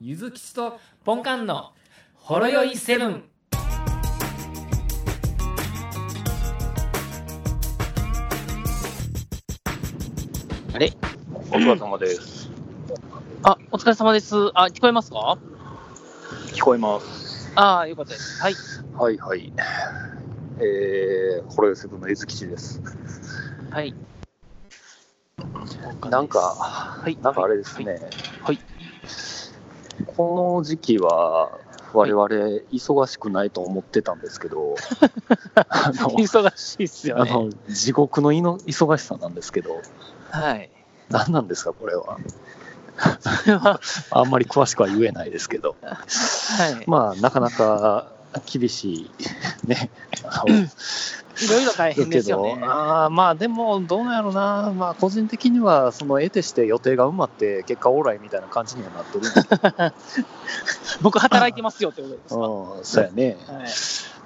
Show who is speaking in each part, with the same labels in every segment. Speaker 1: ゆずきちとポンカンのほろよいセブン。
Speaker 2: あれ
Speaker 3: お疲れ様です。
Speaker 2: あ、お疲れ様です。あ、聞こえますか
Speaker 3: 聞こえます。
Speaker 2: ああ、よかったです。はい。
Speaker 3: はいはい。えー、ホロヨセブンの江月吉です。
Speaker 2: はい。
Speaker 3: なんか、
Speaker 2: い
Speaker 3: なんかあれですね。
Speaker 2: はい
Speaker 3: この時期は、我々、忙しくないと思ってたんですけど、あの、
Speaker 2: 忙しいですよ
Speaker 3: あ
Speaker 2: ね。
Speaker 3: の地獄のいの忙しさなんですけど、
Speaker 2: はい。
Speaker 3: 何なんですか、これは。
Speaker 2: これは、
Speaker 3: あんまり詳しくは言えないですけど。
Speaker 2: はい。
Speaker 3: まあ、なかなか厳しい、 ね、あの
Speaker 2: いろいろ大変ですよね。
Speaker 3: けどあーまあでも、どうなんやろな、まあ、個人的にはその得てして予定が埋まって、結果オーライみたいな感じにはなってるんだけ
Speaker 2: 僕働いてますよってことですか。
Speaker 3: ど、 うん、そうやね、
Speaker 2: はい。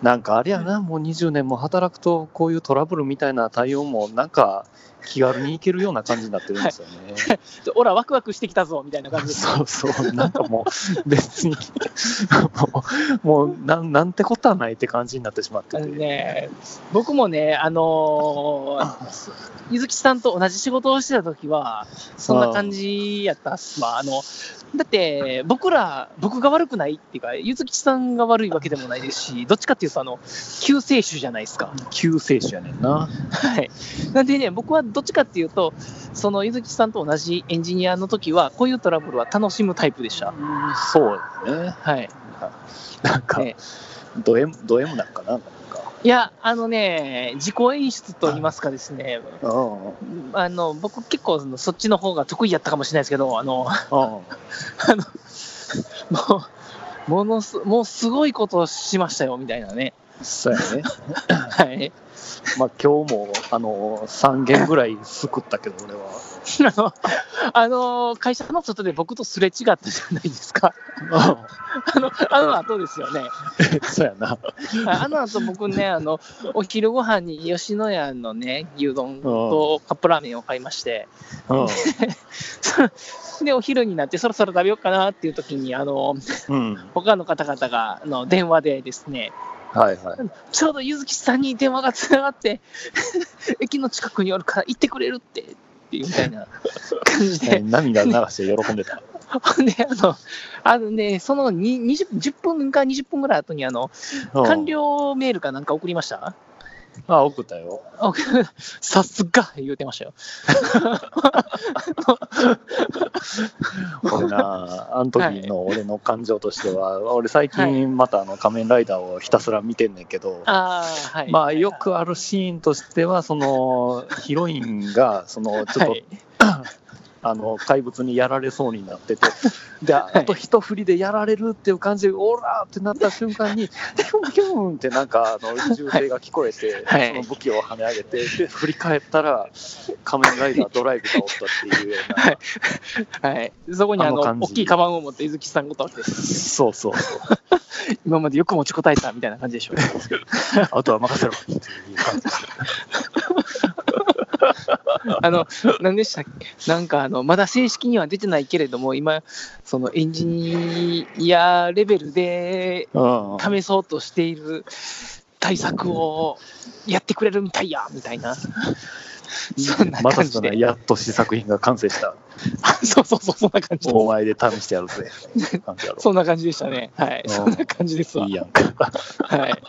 Speaker 3: なんかあれやな、もう20年も働くと、こういうトラブルみたいな対応も、なんか気軽にいけるような感じになってるんですよね。
Speaker 2: ちょオラ、ワクワクしてきたぞ、みたいな感じです。
Speaker 3: そうそう、なんかもう、別に、 もう、もうなんなんてことはないって感じになってしまって
Speaker 2: あ
Speaker 3: て
Speaker 2: の。ね、僕もね、あのー、 ゆずきさんと同じ仕事をしてた時は、そんな感じやったっすわ。あの、だって、僕ら、僕が悪くないっていうか、ゆずきさんが悪いわけでもないですし、どっちかっていうと、あの、救世主じゃないですか。
Speaker 3: 救世主やねんな。
Speaker 2: はい。なんでね、僕はどっちかっていうと、そのゆずきさんと同じエンジニアの時は、こういうトラブルは楽しむタイプでした。
Speaker 3: そうやね。
Speaker 2: はい。
Speaker 3: なんか、
Speaker 2: ね
Speaker 3: ド M、ド M なんかな、なんか。
Speaker 2: いや、あのね、自己演出と言いますかですね、
Speaker 3: うんうん
Speaker 2: あの、僕結構そのそっちの方が得意やったかもしれないですけど、あの、 もう、ものす、もうすごいことをしましたよ、みたいなね。
Speaker 3: そうやね。
Speaker 2: はい。
Speaker 3: まあ今日も、あの、3件ぐらい救ったけど、俺は。
Speaker 2: あの、あの会社の外で僕とすれ違ったじゃないですか。あの、あの後ですよね。
Speaker 3: そうやな。
Speaker 2: ああの後僕ね、あの、お昼ご飯に吉野家のね、牛丼とカップラーメンを買いまして、 で、お昼になってそろそろ食べようかなっていう時に、あの、
Speaker 3: うん。うん。
Speaker 2: 他の方々が、あの、電話でですね、
Speaker 3: はいはい。
Speaker 2: ちょうどゆずきさんに電話がつながって、 駅の近くにおるから行ってくれるって、っていうみたいな感じ
Speaker 3: え
Speaker 2: で。
Speaker 3: 涙流して喜んでた。
Speaker 2: ほんで、あの、あのね、そのに20 10分か20分ぐらい後に、あの、完了メールかなんか送りました
Speaker 3: うん。あ、送ったよ。
Speaker 2: あ送 さすが言うてましたよ。
Speaker 3: 俺 な、あの時の俺の感情としては、俺最近またあの仮面ライダーをひたすら見てんねんけど、
Speaker 2: ああ、はい。
Speaker 3: まあよくあるシーンとしては、そのヒロインが、そのちょっと
Speaker 2: はい
Speaker 3: あの怪物にやられそうにな ってて、で、
Speaker 2: はい
Speaker 3: あと一振りでやられるっていう感じで、オラーってなった瞬間に、キュンキュンってなんかあの銃声が聞こえて、
Speaker 2: はい
Speaker 3: その武器を跳ね上げて、で振り返ったら、仮面ライダードライブがおったっていうような、
Speaker 2: はいはい。そこにあの、
Speaker 3: あの感じ
Speaker 2: 大きいカバンを持って、ゆずきさんごと って、
Speaker 3: そうそう そう、
Speaker 2: 今までよく持ちこたえたみたいな感じでしょう。
Speaker 3: あとは任せろっていう感じ
Speaker 2: あの、何でしたっけなんかあの、まだ正式には出てないけれども、今、そのエンジニアレベルで
Speaker 3: うん
Speaker 2: 試そうとしている対策をやってくれるみたいや、みたいな。そんな
Speaker 3: また
Speaker 2: 感じ
Speaker 3: その
Speaker 2: で。
Speaker 3: やっと試作品が完成した、
Speaker 2: そうそうそう、そんな感じで
Speaker 3: お前で試してやるぜ、感じやろ
Speaker 2: そんな感じでしたね。はい。
Speaker 3: うん
Speaker 2: そんな感じですわ
Speaker 3: いい。やんか、
Speaker 2: はい。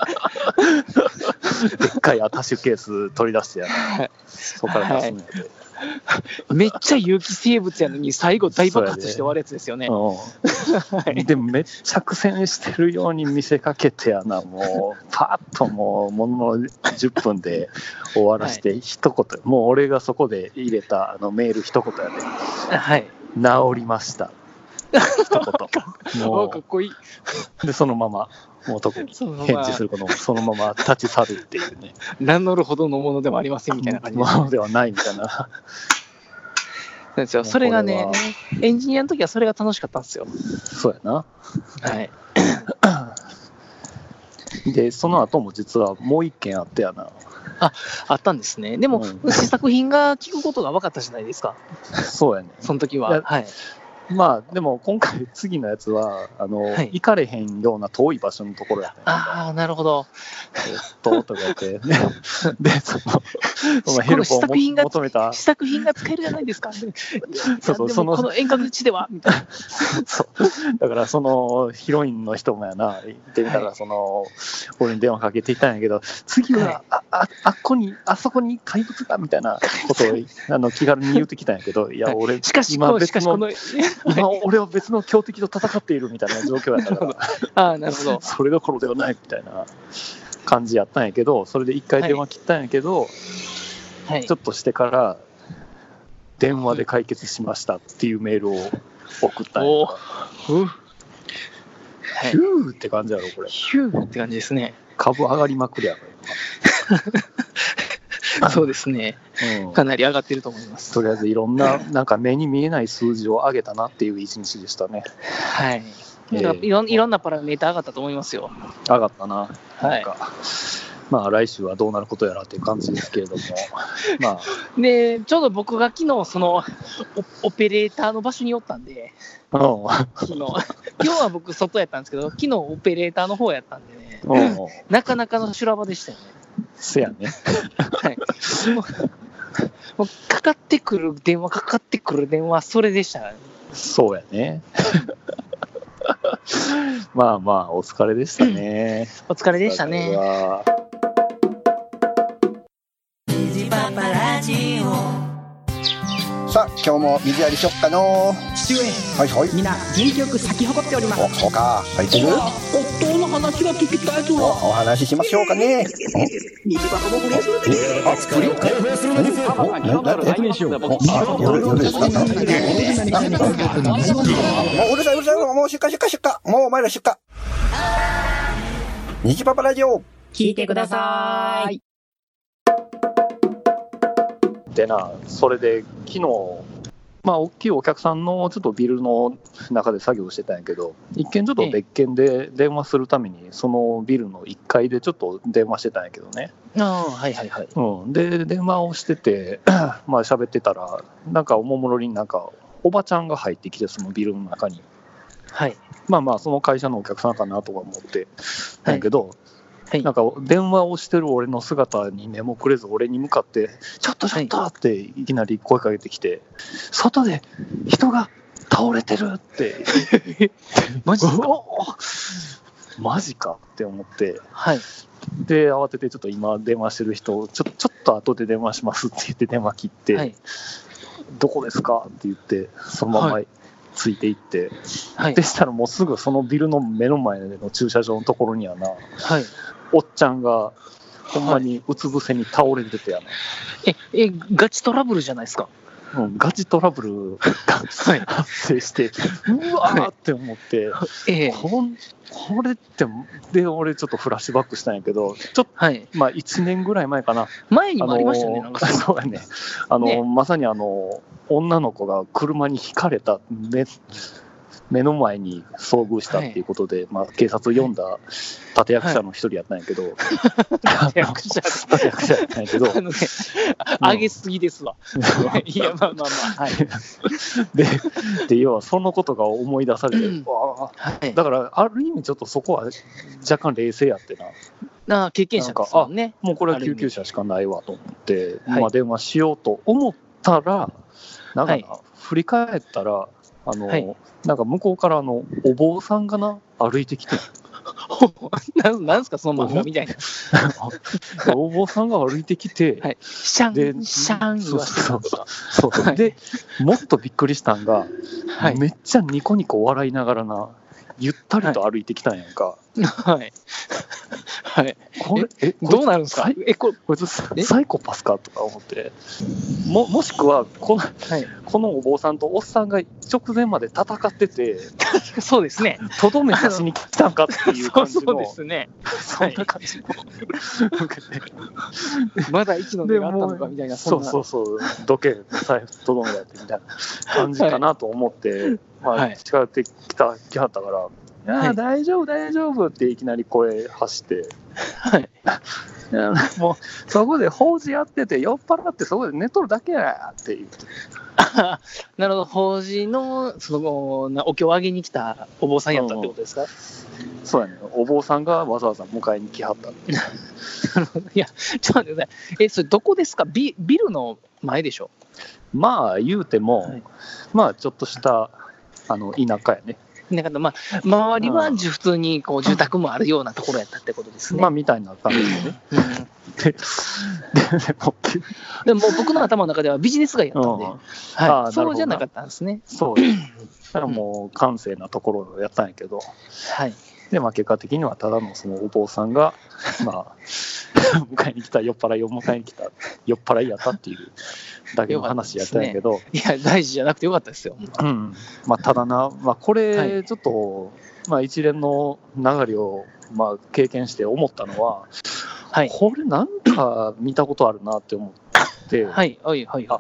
Speaker 3: でっかいアタッシュケース取り出してやる、そこから出すんやで。
Speaker 2: めっちゃ有機生物やのに、最後大爆発して終わるやつですよね。
Speaker 3: うん でもめっちゃ苦戦してるように見せかけてやな、もう、パッともう、ものの10分で終わらして、一言、もう俺がそこで入れたあのメール一言やで、
Speaker 2: はい。
Speaker 3: 治りました、一言、
Speaker 2: お
Speaker 3: も
Speaker 2: かっこいい。
Speaker 3: う、で、そのまま、もう特に
Speaker 2: その
Speaker 3: 返
Speaker 2: ま
Speaker 3: 事す
Speaker 2: あ、
Speaker 3: ることも、そのまま立ち去るっていうね、
Speaker 2: 名乗るほどのものでもありませんみたいな感じです
Speaker 3: ものではないみたいな、
Speaker 2: なんですよ。それがね
Speaker 3: こ、
Speaker 2: エンジニアの時はそれが楽しかったんですよ。
Speaker 3: そうやな。
Speaker 2: はい。
Speaker 3: で、その後も実はもう一件あってやな。
Speaker 2: あったんですね。でも、
Speaker 3: うん
Speaker 2: 試作品が聞くことが分かったじゃないですか、
Speaker 3: そうやね。
Speaker 2: その時
Speaker 3: い
Speaker 2: は
Speaker 3: や。
Speaker 2: はい。
Speaker 3: まあでも今回次のやつはあの、
Speaker 2: はい
Speaker 3: 行かれへんような遠い場所のところやったんや
Speaker 2: ああ、なるほど。
Speaker 3: えっととか 言って、ね、でそのお前ヘルプを
Speaker 2: この試作品が
Speaker 3: 求めた
Speaker 2: 試作品が使えるじゃないですか。
Speaker 3: そうそ
Speaker 2: い
Speaker 3: う
Speaker 2: やでも
Speaker 3: その
Speaker 2: この遠隔地で は、みたいな。
Speaker 3: そうだからそのヒロインの人もやな行ってみた
Speaker 2: は
Speaker 3: らその、俺に電話かけていたんやけど次
Speaker 2: はい
Speaker 3: はあああっこにあそこに怪物がみたいなこと をあの気軽に言ってきたんやけどいや
Speaker 2: はい
Speaker 3: 俺
Speaker 2: しかし、
Speaker 3: 今
Speaker 2: この
Speaker 3: 別
Speaker 2: しかしこ
Speaker 3: の
Speaker 2: の、
Speaker 3: 今俺は別の強敵と戦っているみたいな状況やったから
Speaker 2: ああ、なるほど。
Speaker 3: それどころではないみたいな感じやったんやけどそれで一回電話切ったんやけど、
Speaker 2: はい
Speaker 3: ちょ。っとしてから電話で解決しましたっていうメールを送ったんや
Speaker 2: おーはい
Speaker 3: ヒューって感じやろこれ
Speaker 2: ヒューって感じですね。
Speaker 3: 株上がりまくりやろあ
Speaker 2: そうですね。
Speaker 3: 今、うん
Speaker 2: かなり上がってると思います。
Speaker 3: とりあえずいろんななんか目に見えない数字を上げたなっていう一日でしたね
Speaker 2: はい。
Speaker 3: えー
Speaker 2: だからいろんいろんなパラメーター上がったと思いますよ。
Speaker 3: 上がったな
Speaker 2: は
Speaker 3: ないんか、まあ来週はどうなることやらっていう感じですけれ どもまあ
Speaker 2: で、ちょうど僕が昨日、その、オオペレーターの場所におったんで、
Speaker 3: う
Speaker 2: 昨日、 今日は僕外やったんですけど、昨日オペレーターの方やったんでね、
Speaker 3: んうんうん
Speaker 2: なかなかの修羅場でしたよね。
Speaker 3: せやね
Speaker 2: はい。もうもうかかってくる電話、かかってくる電話、それでしたね。
Speaker 3: そうやね。 まあまあ、お疲れでしたね。
Speaker 2: お疲れ
Speaker 3: で
Speaker 2: でしたね。
Speaker 4: さあ今日も水やりしよっかの
Speaker 5: 父上
Speaker 4: はいはい
Speaker 5: みんな元気よく咲き誇っております
Speaker 4: おそうか入ってる
Speaker 5: 夫の話が聞きたいぞ
Speaker 4: おお話ししましょうかね
Speaker 5: 水箱もする
Speaker 4: あ作り開放するのですなんだって
Speaker 5: にしよう
Speaker 4: あ夜夜ですかなんだっけもううるさいうるさいもう出荷出荷出荷もうお前ら出荷虹パパラジオ
Speaker 5: 聞いてください
Speaker 3: でな、それで昨日、まあ、大きいお客さんのちょっとビルの中で作業してたんやけど、一見ちょっと別件で電話するために、そのビルの1階でちょっと電話してたんやけどね。
Speaker 2: ああ、はいはいはい。
Speaker 3: うん、で、電話をしてて、 まあ喋ってたら、なんかおもむろになんか、おばちゃんが入ってきて、そのビルの中に。
Speaker 2: はい。
Speaker 3: まあまあ、その会社のお客さんかなとか思って、
Speaker 2: はい
Speaker 3: だけど、
Speaker 2: はい
Speaker 3: なんか電話をしてる俺の姿に目もくれず、俺に向かって、ちょっとちょっとっていきなり声かけてきて、外で人が倒れてるって、
Speaker 2: マジですか
Speaker 3: うおマジかって思って、
Speaker 2: はい。
Speaker 3: で、慌ててちょっと今、電話してる人、ちょちょっと後で電話しますって言って、電話切って、
Speaker 2: はい。
Speaker 3: どこですかって言って、そのま
Speaker 2: は
Speaker 3: まついていって、
Speaker 2: はい
Speaker 3: で。したらもうすぐそのビルの目の前の駐車場のところにはな、
Speaker 2: はい。
Speaker 3: おっちゃんが、ほんまにうつ伏せに倒れててやな、
Speaker 2: え、え、ガチトラブルじゃないですか。
Speaker 3: うん、ガチトラブルが
Speaker 2: はい
Speaker 3: 発生して、うわーって思って、
Speaker 2: ええ
Speaker 3: こんこれって、で、俺ちょっとフラッシュバックしたんやけど、ちょっと、
Speaker 2: はい。
Speaker 3: まあ、1年ぐらい前かな、
Speaker 2: 前に
Speaker 3: あ
Speaker 2: もありましたよね、なん
Speaker 3: の
Speaker 2: か
Speaker 3: そうやね、あの
Speaker 2: ね
Speaker 3: まさにあの女の子が車にひかれた目目の前に遭遇したっていうことで、まあ、警察を呼んだ立役者の一人やったんやけど、
Speaker 2: 立役者で
Speaker 3: 立役者やったんやけど、
Speaker 2: あのね、
Speaker 3: うん
Speaker 2: 上げすぎです わ。いや、まあまあまあ、はい。
Speaker 3: でで要はそのことが思い出されて、
Speaker 2: うん
Speaker 3: わあ
Speaker 2: はい、
Speaker 3: だからある意味ちょっとそこは若干冷静やってな
Speaker 2: な経験者ですもんね。
Speaker 3: もうこれは
Speaker 2: ある意
Speaker 3: 救
Speaker 2: 味
Speaker 3: 急車しかないわと思って、
Speaker 2: はい
Speaker 3: まあ、電話しようと思ったらなんかな、
Speaker 2: はい
Speaker 3: 振り返ったらあの、
Speaker 2: はい
Speaker 3: なんか向こうからあのお坊さんがな歩い てきて
Speaker 2: なんなんすか、その漫画みたいな。
Speaker 3: お坊さんが歩いてきて、
Speaker 2: はいシ
Speaker 3: で
Speaker 2: ャン、シャン
Speaker 3: そうそうそうそう
Speaker 2: はい
Speaker 3: でもっとびっくりしたんが、
Speaker 2: はい。
Speaker 3: めっちゃニコニコ笑いながらなゆったりと歩いてきたんやんか、
Speaker 2: はい。はい。
Speaker 3: これえこいつ
Speaker 2: どうなるんですか
Speaker 3: 最
Speaker 2: え、これ、
Speaker 3: こいつサ
Speaker 2: え
Speaker 3: サイコパスかとか思ってももしくはこの
Speaker 2: はい。
Speaker 3: このお坊さんとおっさんが直前まで戦ってて
Speaker 2: そうですね。
Speaker 3: とどめ刺しに来たんかっていう
Speaker 2: そ
Speaker 3: 感
Speaker 2: う
Speaker 3: じ
Speaker 2: そう
Speaker 3: の
Speaker 2: ですね。
Speaker 3: そんな感 じの
Speaker 2: まだ息の根があったのかみたいな、
Speaker 3: そ
Speaker 2: そん
Speaker 3: う
Speaker 2: な。
Speaker 3: そうそうどけ財布とどめだってみたいな感じかなと思って、ま
Speaker 2: は
Speaker 3: あ
Speaker 2: い
Speaker 3: 近寄ってきたきはったから「あ
Speaker 2: は
Speaker 3: あ
Speaker 2: い
Speaker 3: 大丈夫大丈夫」っていきなり声発して
Speaker 2: はい。
Speaker 3: いやもう、そこで法事やってて、酔っ払って、そこで寝とるだけやって言って、
Speaker 2: なるほど、法事の、その、なお経をあげに来たお坊さんやったってことですか、
Speaker 3: そうやね、お坊さんがわざわざ迎えに来はったっていう
Speaker 2: いや、ちょっと待ってください。え、それどこですかビビルの前でしょ
Speaker 3: まあ、言うても、
Speaker 2: はい
Speaker 3: まあ、ちょっとした、あの、田舎やね。
Speaker 2: なんかまあ、周りはじゅ普通にこう住宅もあるようなところやったってことですね。
Speaker 3: まあ、みたいな感じでね。
Speaker 2: うん
Speaker 3: で、でもう
Speaker 2: でも僕の頭の中ではビジネス街やったんで、
Speaker 3: うんあ
Speaker 2: は
Speaker 3: ー
Speaker 2: い、そうじゃなかったんですね。
Speaker 3: そうです。だからもう、閑静なところをやったんやけど、
Speaker 2: はい。
Speaker 3: で、まあ、結果的には、ただのそのお坊さ んが、まあ、迎えに来た、酔っ払いを迎えに来た、酔っ払いやったっていうだけの話やったんやけど、
Speaker 2: いや、大事じゃなくてよかったですよ。
Speaker 3: うんまあ、ただな、まあ、
Speaker 2: は
Speaker 3: これ、
Speaker 2: い
Speaker 3: ちょっと、まあ、一連の流れを、まあ、経験して思ったのは、
Speaker 2: はい。
Speaker 3: これなんか見たことあるなって思って、
Speaker 2: はい、はい、はい。
Speaker 3: あ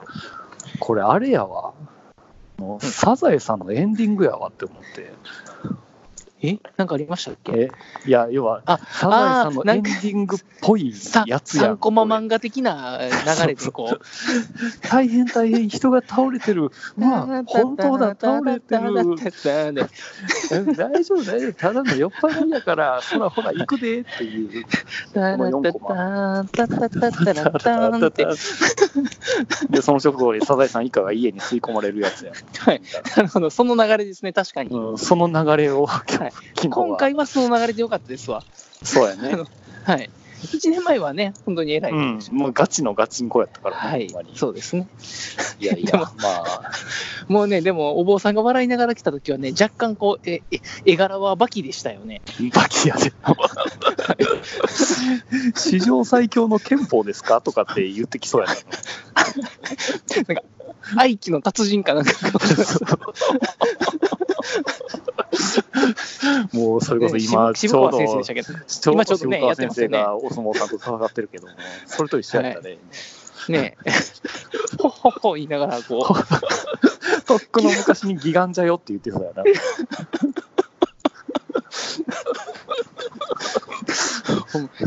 Speaker 3: これあれやわ。もうサザエさんのエンディングやわって思って。
Speaker 2: え、なんかありましたっけ
Speaker 3: え、いや、要は、
Speaker 2: あ
Speaker 3: サザエさんの
Speaker 2: あーな
Speaker 3: エン
Speaker 2: ん
Speaker 3: デ
Speaker 2: か
Speaker 3: ィングっぽい
Speaker 2: さ
Speaker 3: やつや
Speaker 2: 3
Speaker 3: ん。
Speaker 2: コマ
Speaker 3: こ
Speaker 2: 漫画的な流れでこう、
Speaker 3: れ大変大変、人が倒れてる。まあ、本当だ、倒 れてる。
Speaker 2: る。
Speaker 3: え大丈夫、大丈夫。ただの酔っ払いやから、ほらほら、行くで っていう。
Speaker 2: って。
Speaker 3: で、その直後にサザエさん一家が家に吸い込まれるやつやん。
Speaker 2: はい。なるほど、その流れですね、確かに。
Speaker 3: うん、その流れを、
Speaker 2: はい
Speaker 3: 昨日は
Speaker 2: 今回はその流れでよかったですわ。
Speaker 3: そうやね。
Speaker 2: はい。1年前はね、本当に偉い。
Speaker 3: うん、もうガチのガチンコやったから、
Speaker 2: はい
Speaker 3: ほんま、に
Speaker 2: そうですね。
Speaker 3: いやい
Speaker 2: で
Speaker 3: や、
Speaker 2: も
Speaker 3: まあ、
Speaker 2: もうね、でも、お坊さんが笑いながら来た時はね、若干こう、え、え絵柄はバキでしたよね。
Speaker 3: バキやで。史上最強の憲法ですかとかって言ってきそうや な。
Speaker 2: 愛機の達人かなんか。
Speaker 3: もう、それこそ今、
Speaker 2: ね渋
Speaker 3: ち
Speaker 2: 渋
Speaker 3: ょ
Speaker 2: 川
Speaker 3: うど、
Speaker 2: 先生でしたけど。
Speaker 3: ちょう
Speaker 2: 今ち
Speaker 3: ど
Speaker 2: ょっとね
Speaker 3: 渋川先生がお相撲さんと戦ってるけ ども、それと一緒やったね。
Speaker 2: ね え。ほっほっほ言いながら、こう。
Speaker 3: とっくの昔に義眼じゃよって言ってそうやな。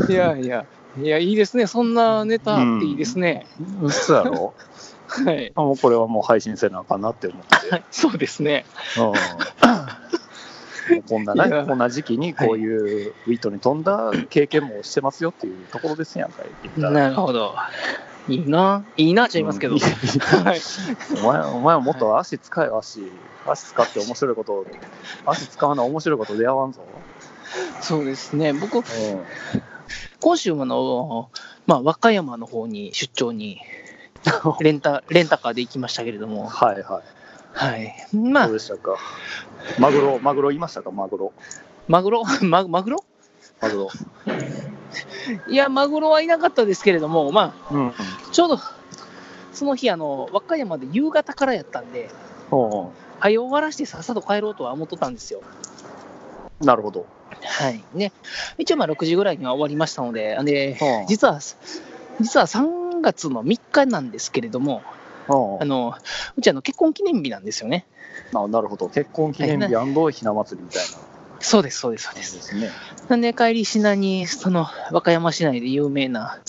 Speaker 2: いやいや、いや、いいですね。そんなネタあっていいですね。
Speaker 3: 嘘やろ
Speaker 2: はい。
Speaker 3: あもうこれはもう配信せなあかんなって思って。
Speaker 2: そうですね。
Speaker 3: うんもうこんないね、
Speaker 2: や
Speaker 3: こんな時期にこういうウィットに飛んだ経験もしてますよっていうところですやんか、言ったら。
Speaker 2: なるほど。いいな。いいな、ちゃいますけど。
Speaker 3: うん
Speaker 2: はい。
Speaker 3: お前お前はもっと足使えよ、足。足使って面白いこと、足使わな面白いこと出会わんぞ。
Speaker 2: そうですね。僕、
Speaker 3: うん
Speaker 2: 今週もあの、まあ、和歌山の方に出張に、レンタ、レンタカーで行きましたけれども、
Speaker 3: はいは
Speaker 2: はい。
Speaker 3: い。
Speaker 2: ま
Speaker 3: ど
Speaker 2: あ
Speaker 3: う、でしたか。マグロ、マグロいましたか、マグロ。
Speaker 2: マグロ、 ママグロ
Speaker 3: マグロ。
Speaker 2: いや、マグロはいなかったですけれども、まあ、
Speaker 3: うん。うん
Speaker 2: ちょうど、その日、あの、和歌山で夕方からやったんで、
Speaker 3: お
Speaker 2: 早終わらしてさっさと帰ろうとは思っとったんですよ。
Speaker 3: うんなるほど。
Speaker 2: はい。ね。一応、まあ、6時ぐらいには終わりましたので、で、
Speaker 3: うん
Speaker 2: 実は、実は3月の3日なんですけれども、
Speaker 3: うん
Speaker 2: あの、うちあの、結婚記念日なんですよね。
Speaker 3: あなるほど。結婚記念日ひな祭りみたいな。
Speaker 2: そうです、そうです、そうです。
Speaker 3: ですね。
Speaker 2: なんで帰りしなに、その、和歌山市内で有名な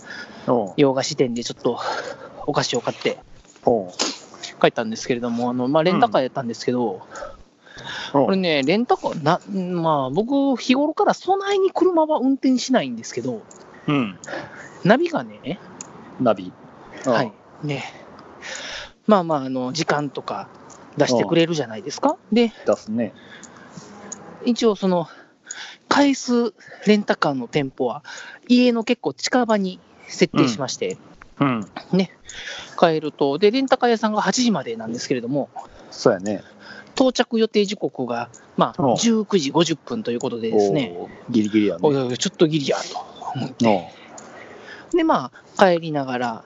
Speaker 3: うん。
Speaker 2: 洋菓子店でちょっとお菓子を買って
Speaker 3: うん
Speaker 2: 帰ったんですけれども、あの、まあ、レンタカーやったんですけど、
Speaker 3: うん
Speaker 2: これね、レンタカー、な、まあ、僕、日頃から備えに車は運転しないんですけど、
Speaker 3: うん。
Speaker 2: ナビがね、
Speaker 3: ナビ。
Speaker 2: はい。、ね、まあまあ、あの、時間とか出してくれるじゃないですか。で、
Speaker 3: 出すね。
Speaker 2: 一応その、返すレンタカーの店舗は、家の結構近場に設定しまして、
Speaker 3: うん。
Speaker 2: 帰ると、で、レンタカー屋さんが8時までなんですけれども、
Speaker 3: そうやね。
Speaker 2: 到着予定時刻が、まあ、
Speaker 3: お
Speaker 2: 19時50分ということでですね、
Speaker 3: おーギリギリやね。
Speaker 2: おいおいおいちょっとギリやと思っ
Speaker 3: お
Speaker 2: て、で、まあ、帰りながら、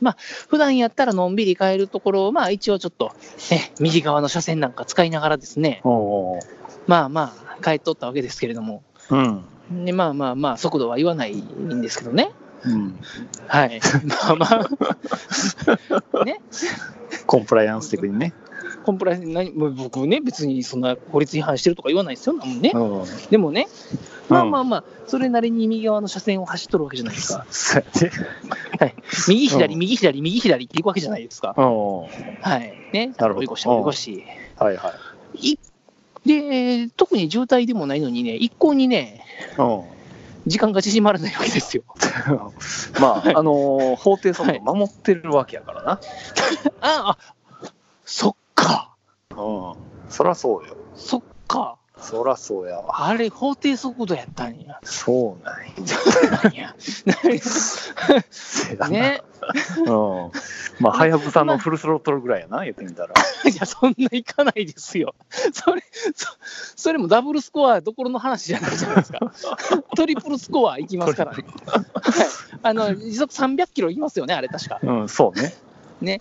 Speaker 2: まあ、普段やったらのんびり帰るところを、まあ、一応ちょっと、ね、右側の車線なんか使いながらですね、
Speaker 3: うおうおう
Speaker 2: まあまあ、帰っとったわけですけれども、
Speaker 3: うん。
Speaker 2: で、まあまあまあ、速度は言わないんですけどね、
Speaker 3: うん。
Speaker 2: はい、 まあまあ、 ね、
Speaker 3: コンプライアンス的にね。
Speaker 2: コンプライアンスに何、もう僕ね、別にそんな法律違反してるとか言わないですよ、なんもね。
Speaker 3: うん。
Speaker 2: でもね、まあまあまあ、それなりに右側の車線を走っとるわけじゃないですか。
Speaker 3: そうやね
Speaker 2: 右左、
Speaker 3: うん
Speaker 2: 右左、右左っていくわけじゃないですか。
Speaker 3: うん。は
Speaker 2: はい。ね。
Speaker 3: なるほど
Speaker 2: 追い越し、追い越し。
Speaker 3: いはい。
Speaker 2: いで、特に渋滞でもないのにね、一向にね、
Speaker 3: うん。
Speaker 2: 時間が縮まらないわけです よ。
Speaker 3: まあ、あのー法定速度守ってるわけやからな。
Speaker 2: ああ、そっか、
Speaker 3: うん。そらそうよ。
Speaker 2: そっか。
Speaker 3: そらそうやわ。
Speaker 2: あれ、法定速度やったんや。
Speaker 3: そうなん
Speaker 2: なんや。
Speaker 3: や。
Speaker 2: ね。
Speaker 3: うん。まあ、はやぶさのフルスロットルぐらいやな、言ってみたら。
Speaker 2: いや、そんないかないですよ。それ、そそれもダブルスコアどころの話じゃないじゃないです か。トリプルスコアいきますからね。はい。あの、時速300キロいきますよね、あれ確か。
Speaker 3: うん、そうね。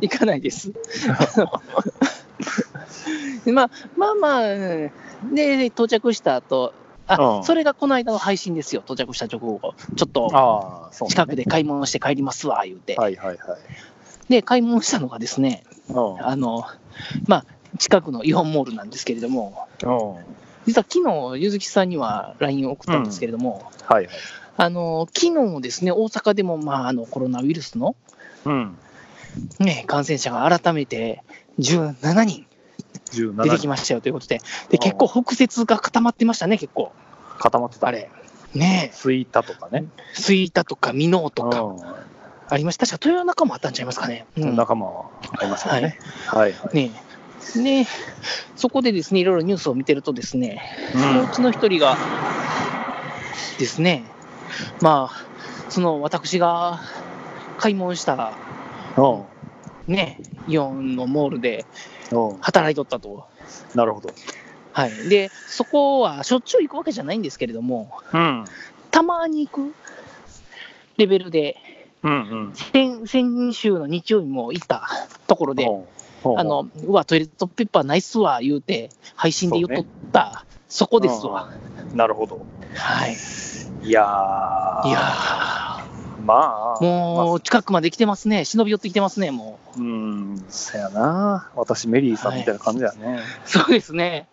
Speaker 2: いかない です。でまあ、まあまあ、うんで、到着した後、あ、
Speaker 3: うん
Speaker 2: それがこの間の配信ですよ、到着した直後。ちょっと、
Speaker 3: ああ、そうね。
Speaker 2: 近くで買い物して帰りますわ、言うて。
Speaker 3: はいはいはい。
Speaker 2: で、買い物したのがですね、
Speaker 3: う
Speaker 2: あの、まあ、近くのイオンモールなんですけれども、
Speaker 3: ん。うん。
Speaker 2: 実は昨日、ゆずきさんには LINE を送ったんですけれども、
Speaker 3: はいはい。
Speaker 2: あの昨日ですね、大阪でも、まあ、あのコロナウイルスの、
Speaker 3: うん。
Speaker 2: ね、感染者が改めて17人
Speaker 3: 17
Speaker 2: 出てき
Speaker 3: ま
Speaker 2: ましたよということで、で結構、北節が固まってましたね、結構、
Speaker 3: 固まってた。
Speaker 2: あれ。ね
Speaker 3: スイータとかね。
Speaker 2: え、スイタとかミノーとか
Speaker 3: う。
Speaker 2: ありました、確か豊中もあったんちゃいますかね。うんん
Speaker 3: 仲間はありますよ
Speaker 2: は
Speaker 3: ね
Speaker 2: い。
Speaker 3: はいはい。
Speaker 2: ねえねえそこでですねいろいろニュースを見てるとですね、
Speaker 3: うん
Speaker 2: そのうちの一人がですね、まあ、その私が買い物した、
Speaker 3: うん。
Speaker 2: ね、イオンのモールで
Speaker 3: うん。
Speaker 2: 働いとったと。
Speaker 3: なるほど。
Speaker 2: はい。で、そこはしょっちゅう行くわけじゃないんですけれども、
Speaker 3: うん。
Speaker 2: たまに行くレベルで、
Speaker 3: うんうん。
Speaker 2: 先先週の日曜日も行ったところで、
Speaker 3: うん、うん
Speaker 2: あ、の、うわ、トイレットペーパーないっすわ、言うて、配信で言っとった、そ,、こですわ。
Speaker 3: なるほど。
Speaker 2: はい。
Speaker 3: いやー、
Speaker 2: いやー
Speaker 3: まあ、
Speaker 2: も
Speaker 3: ま
Speaker 2: う近くまで来てますね。忍び寄ってきてますね、も
Speaker 3: あ、うん、そやな、私、メリーさんみたいな感じだね。
Speaker 2: う。そうですね。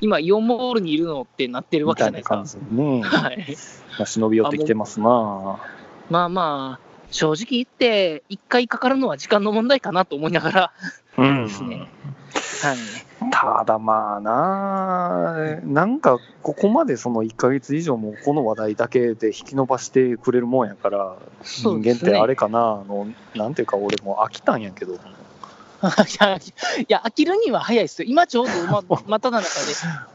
Speaker 2: 今、イオンモールにいるのってなってるわ
Speaker 3: み
Speaker 2: けじ
Speaker 3: た
Speaker 2: ゃ
Speaker 3: い
Speaker 2: ない
Speaker 3: な
Speaker 2: ですか
Speaker 3: 感。じね、ま
Speaker 2: はい。
Speaker 3: あ、忍び寄ってきてますな。
Speaker 2: まあまあ、正直言って、一回かかるのは時間の問題かなと思いながら、
Speaker 3: うん
Speaker 2: ですねはい。
Speaker 3: ただまあな、なんかここまでその1ヶ月以上もこの話題だけで引き伸ばしてくれるもんやから、
Speaker 2: そ
Speaker 3: 人
Speaker 2: う
Speaker 3: 間
Speaker 2: で
Speaker 3: っ
Speaker 2: すね
Speaker 3: て あれかな、あのなんていうか、俺もう飽きたんやけど、
Speaker 2: いや、いや、飽きるには早いですよ。今ちょうど、 ま、真っ只中で、こ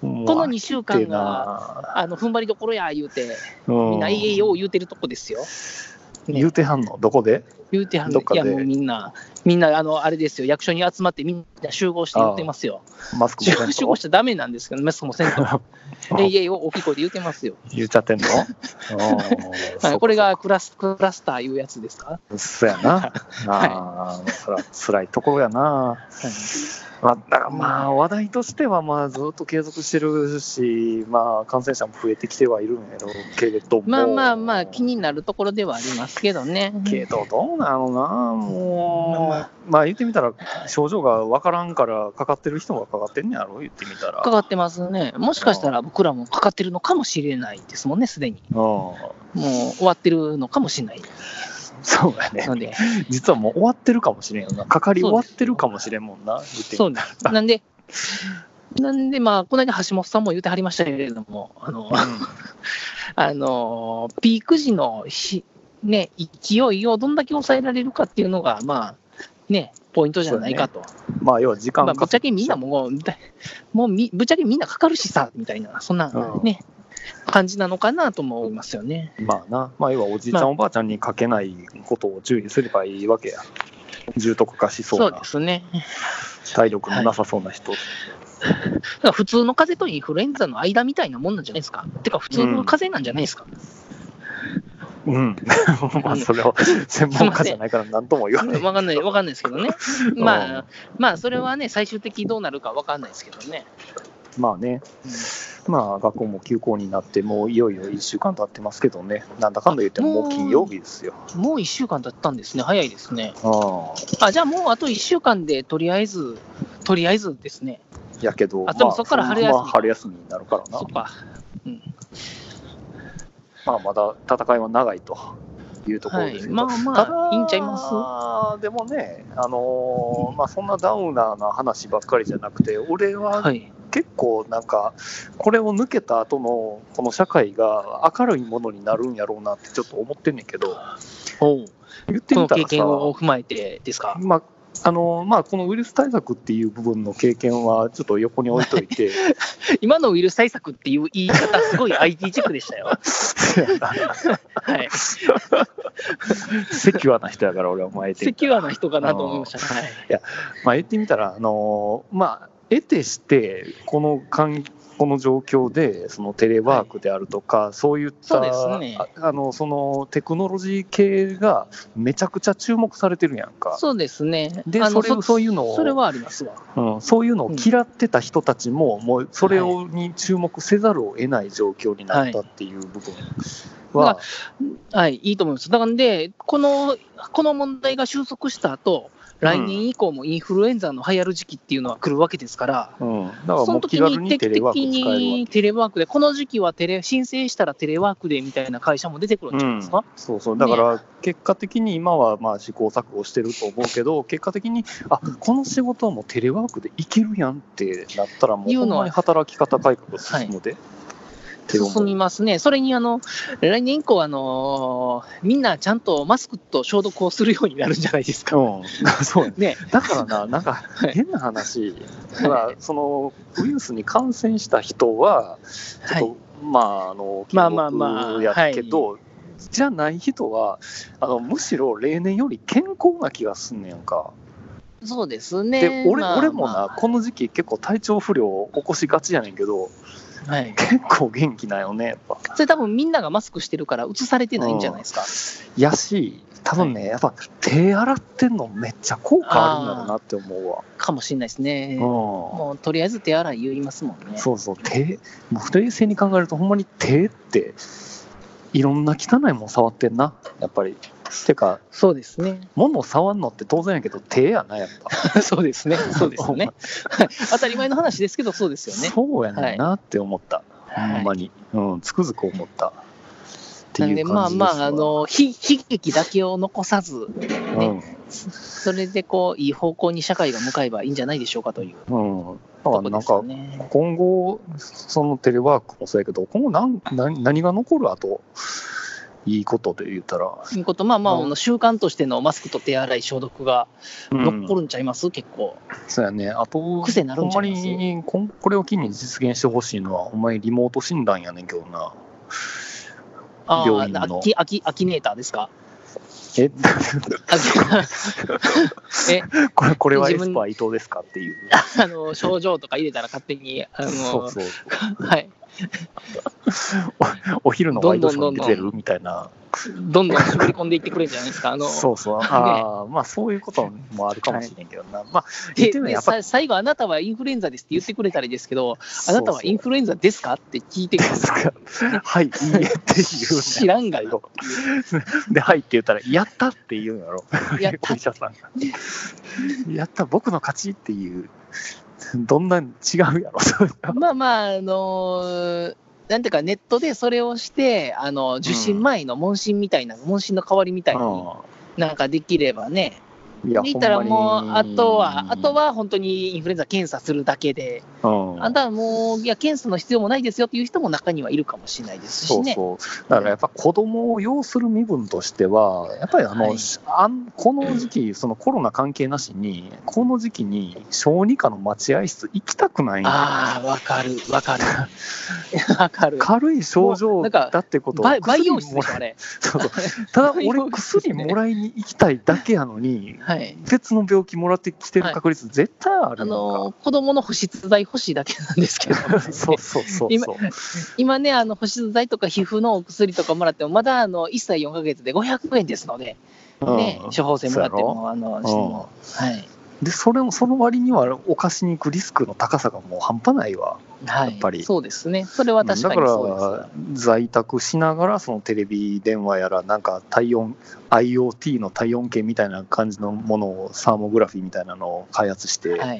Speaker 3: こ
Speaker 2: の2週間が、あの、踏ん張りどころや、言うて、みんな、いえいよう言うてるとこですよ。ね
Speaker 3: 言うてはんの、どこで
Speaker 2: 言うてはん
Speaker 3: ど
Speaker 2: の
Speaker 3: っか
Speaker 2: い
Speaker 3: で
Speaker 2: や、もうみんな、みんな、あの、あれですよ、役所に集まってみんな集合して言ってますよ。
Speaker 3: マスク
Speaker 2: 集
Speaker 3: も せんと
Speaker 2: 合しちゃダメなんですけど、マスクもせんと。 えいえいを大きい声で言ってますよ。
Speaker 3: 言っちゃってん の
Speaker 2: はい、これがクラスクラスターいうやつですか、
Speaker 3: そうや な。ああ、そら、辛いところやな。
Speaker 2: はい
Speaker 3: まあ、だからまあ、話題としては、まあ、ずっと継続してるし、まあ、感染者も増えてきてはいるんやろうけれども。
Speaker 2: まあまあまあ、気になるところではありますけどね。
Speaker 3: けど、どうなのな、もう。
Speaker 2: ま
Speaker 3: まあ、言ってみたら、症状がわからんから、かかってる人がかかってんねやろ、言ってみたら。
Speaker 2: かかってますね。もしかしたら僕らもかかってるのかもしれないですもんね、すでに。
Speaker 3: うん。
Speaker 2: もう終わってるのかもしれない
Speaker 3: そうやね。
Speaker 2: の で。
Speaker 3: 実はもう終わってるかもしれんよな。かかり終わってるかもしれんもんな。言ってみたら
Speaker 2: そうです。なんで、なんでまあ、この間橋本さんも言ってはりましたけれども、あの、あのーピーク時のひ、ね、勢いをどんだけ抑えられるかっていうのが、まあ、ね、ポイントじゃないかと。
Speaker 3: まあ、要は時間
Speaker 2: まあ、
Speaker 3: が
Speaker 2: ぶっちゃけみんなもう、だもうみぶっちゃけみんなかかるしさ、みたいな、そんな
Speaker 3: うん
Speaker 2: ね、感じなのかなとも思いますよね。
Speaker 3: まあな、まあ、要はおじいちゃん、
Speaker 2: まあ
Speaker 3: おばあちゃんにかけないことを注意すればいいわけや。重篤化し
Speaker 2: そ
Speaker 3: そう
Speaker 2: う
Speaker 3: な
Speaker 2: で、すね。
Speaker 3: 体力のなさそうな人。
Speaker 2: だから普通の風邪とインフルエンザの間みたいなもんなんじゃないですか。てか、普通の風邪なんじゃないですか。
Speaker 3: うん。 まあ、それは専門家じゃないから、なんとも言わない。
Speaker 2: わかんない、わかんないですけどね。
Speaker 3: ん
Speaker 2: まあ、まあ、それはね、最終的にどうなるかわかんないですけどね。
Speaker 3: まあね、まあ、学校も休校になって、もういよいよ1週間経ってますけどね、なんだかんだ言っても、もう金曜日ですよ。
Speaker 2: もう1週間経ったんですね。早いですね。
Speaker 3: う
Speaker 2: あ、じゃあもうあと1週間で、とりあえず、とりあえずですね。
Speaker 3: ん。やけど、
Speaker 2: あでもそっから春休み
Speaker 3: まあまあ春休みになるからな
Speaker 2: そっ。か。うん。
Speaker 3: まあ、まだ戦いは長いというところ
Speaker 2: は
Speaker 3: です
Speaker 2: い、
Speaker 3: けど、
Speaker 2: まあまあ、いいんちゃいます
Speaker 3: すでもね、あのーまあ、そんなダウナーな話ばっかりじゃなくて、俺は
Speaker 2: はい。
Speaker 3: 結構なんか、これを抜けた後のこの社会が明るいものになるんやろうなってちょっと思ってんねんけど、
Speaker 2: おう
Speaker 3: 言って
Speaker 2: この
Speaker 3: みた
Speaker 2: 経
Speaker 3: らさ、
Speaker 2: 験を踏まえてですか。
Speaker 3: まああのーまあ、このウイルス対策っていう部分の経験はちょっと横に置いと いて、
Speaker 2: 今のウイルス対策っていう言い方、すごい IT チェックでしたよ。 はい。
Speaker 3: セキュアな人やから俺は前で
Speaker 2: セキュアな人かなと思いました。はい。
Speaker 3: まあ、言ってみたら、あのーまあ、得てしてこの環この状況でそのテレワークであるとか、そういった
Speaker 2: そうですね
Speaker 3: ああのそのテクノロジー系がめちゃくちゃ注目されてるやんか。
Speaker 2: そうですね。
Speaker 3: で
Speaker 2: あの
Speaker 3: それそういうのを
Speaker 2: それはありますわ。
Speaker 3: うん、そういうのを嫌ってた人たちも、もうそれをに注目せざるを得ない状況になったっていう部分は、
Speaker 2: はいはい、いいと思います。だからで、この、この問題が収束した後、来年以降もインフルエンザの流行る時期っていうのは来るわけですから、
Speaker 3: うん、だから
Speaker 2: そ
Speaker 3: も
Speaker 2: の
Speaker 3: う
Speaker 2: 時
Speaker 3: 気軽
Speaker 2: に
Speaker 3: に
Speaker 2: 定
Speaker 3: テ
Speaker 2: 期
Speaker 3: レワーク
Speaker 2: 的
Speaker 3: 使えるわけ
Speaker 2: にテレワークで、この時期はテレ申請したらテレワークでみたいな会社も出てくるんじゃないですか。
Speaker 3: そうそう、だから結果的に今はまあ試行錯誤してると思うけど、結果的に、あこの仕事はもうテレワークでいけるやんってなったら、もう
Speaker 2: いう
Speaker 3: ほん
Speaker 2: のは
Speaker 3: まに働き方改革進むで。って思う
Speaker 2: 進みますね。それに、あの、来年以降、あのーみんなちゃんとマスクと消毒をするようになるんじゃないですか。
Speaker 3: うん、 そうやね
Speaker 2: ね。
Speaker 3: だから な、なんか変な話、ほらそのウイルスに感染した人は、ちょっ
Speaker 2: は
Speaker 3: と、
Speaker 2: い。
Speaker 3: まあ、あの、
Speaker 2: まあまあまあ
Speaker 3: やけど、じゃない人はあの、むしろ例年より健康な気がすんねやんか。
Speaker 2: そうですね。
Speaker 3: で俺,、
Speaker 2: まあ
Speaker 3: 俺もな、
Speaker 2: まあ
Speaker 3: この時期結構体調不良を起こしがちやねんけど
Speaker 2: はい。
Speaker 3: 結構元気なんよねやっぱ
Speaker 2: それ多分みんながマスクしてるから、移されてないんじゃないですか。
Speaker 3: やし多分ね、やっぱ手洗ってんのめっちゃ効果あるんだろうなって思うわ
Speaker 2: かもしれないですね。
Speaker 3: う
Speaker 2: もうとりあえず手洗い言いますもんね
Speaker 3: ん。そうそう手もう冷静に考えるとほんまに手っていろんな汚いもん触ってんなやっぱりてか
Speaker 2: そうですね。
Speaker 3: 物を触んのって当然やけど手やなやっぱ
Speaker 2: そうですね。そうですよ ね。はい当たり前の話ですけど、そうですよね。
Speaker 3: そうやねんなって思った、
Speaker 2: はい
Speaker 3: ほんまに、うん、つくづく思ったって
Speaker 2: なん
Speaker 3: い
Speaker 2: で、
Speaker 3: う感
Speaker 2: まあ
Speaker 3: じです
Speaker 2: まあ、あの、ひ悲劇だけを残さず、
Speaker 3: あ
Speaker 2: ねそれでこう、いい方向に社会が向かえばいいんじゃないでしょうかという
Speaker 3: うん、だ
Speaker 2: と
Speaker 3: か
Speaker 2: ころ
Speaker 3: ら
Speaker 2: で
Speaker 3: なん
Speaker 2: すよ
Speaker 3: か
Speaker 2: ね。
Speaker 3: 今後、そのテレワークもそうやけど、今後なん何何が残るあと、いいことで言ったら、
Speaker 2: ということ、まあまあ、
Speaker 3: うん
Speaker 2: あの習慣としてのマスクと手洗い消毒が残
Speaker 3: うん
Speaker 2: るんちゃいます、結構。
Speaker 3: そうやね、あと、
Speaker 2: 癖になるんちゃいます
Speaker 3: ほんまにこんこれを機に実現してほしいのは、ほんまにリモート診断やねんけどな。
Speaker 2: あ
Speaker 3: 病
Speaker 2: あ、
Speaker 3: 院の
Speaker 2: アキ、アキ、アキネーターですか
Speaker 3: え、
Speaker 2: アキえ、
Speaker 3: これこれはエ
Speaker 2: 自分
Speaker 3: スパー伊藤ですかっていう。
Speaker 2: あの、症状とか入れたら勝手に、あの、
Speaker 3: そうそう。
Speaker 2: はい。
Speaker 3: お昼のワイドショーに出てるみたいな。
Speaker 2: どんどん絞り込んでいってくれるんじゃないですか。あの、
Speaker 3: そうそう。ああ、まあそういうこともあるかもしれんけどな。まあ、言
Speaker 2: で
Speaker 3: ってみれば
Speaker 2: で
Speaker 3: やっぱ
Speaker 2: さ最後、あなたはインフルエンザですって言ってくれたりですけど、あなたはイン
Speaker 3: フ
Speaker 2: フルエンザですかって聞いてくる。
Speaker 3: はい、いいえっていう、ね。
Speaker 2: 知らんがよ。
Speaker 3: で、はいって言ったら、やったって言うんやろ、
Speaker 2: やった
Speaker 3: お医者さんが。 やった、僕の勝ちっていう、どんな違うやろ、それは
Speaker 2: まあまあ、あのーなんていうか、ネットでそれをして、あの、受診前の問診みたいな、問診の代わりみたいになんかできればね。
Speaker 3: うんいや
Speaker 2: できたらもう、あとは、あと
Speaker 3: は、
Speaker 2: は本当にインフルエンザ検査するだけで、
Speaker 3: うん
Speaker 2: あんたはもう、いや、検査の必要もないですよっていう人も中にはいるかもしれないですし
Speaker 3: そう
Speaker 2: ね。
Speaker 3: そう。だからやっぱ子供を要する身分としては、やっぱりあの、
Speaker 2: はい
Speaker 3: あんこの時期、そのコロナ関係なしに、この時期に小児科の待合室行きたくないんや
Speaker 2: ああ、わかる、わ かる。わかる。
Speaker 3: 軽い症状だってこと
Speaker 2: バイ培養室
Speaker 3: も
Speaker 2: で
Speaker 3: ら
Speaker 2: しょ、あれ。
Speaker 3: そうそうた だ
Speaker 2: 培養
Speaker 3: 俺
Speaker 2: 室
Speaker 3: 薬もらいに行きたいだけやのに
Speaker 2: はい。
Speaker 3: 別の病気もらってきてる確率絶対あるや
Speaker 2: あ
Speaker 3: んか、
Speaker 2: のー、子供の保湿剤欲しいだけなんですけど、
Speaker 3: そうそうそう
Speaker 2: 今
Speaker 3: そう
Speaker 2: 今ね、あの、保湿剤とか皮膚のお薬とかもらっても、まだ、あの、1歳4ヶ月で500円ですので、ね、
Speaker 3: うん
Speaker 2: 処方箋もらって
Speaker 3: そ
Speaker 2: も、あの、しても、はい。
Speaker 3: でそれもその割にはお貸しに行くリスクの高さがもう半端ないわ
Speaker 2: はい。
Speaker 3: やっぱり
Speaker 2: そうですね。それは確か
Speaker 3: だ
Speaker 2: に
Speaker 3: か
Speaker 2: そうですわ
Speaker 3: ら。在宅しながらそのテレビ電話やらなんか体温 IoT の体温計みたいな感じのものをサーモグラフィーみたいなのを開発して、
Speaker 2: はい。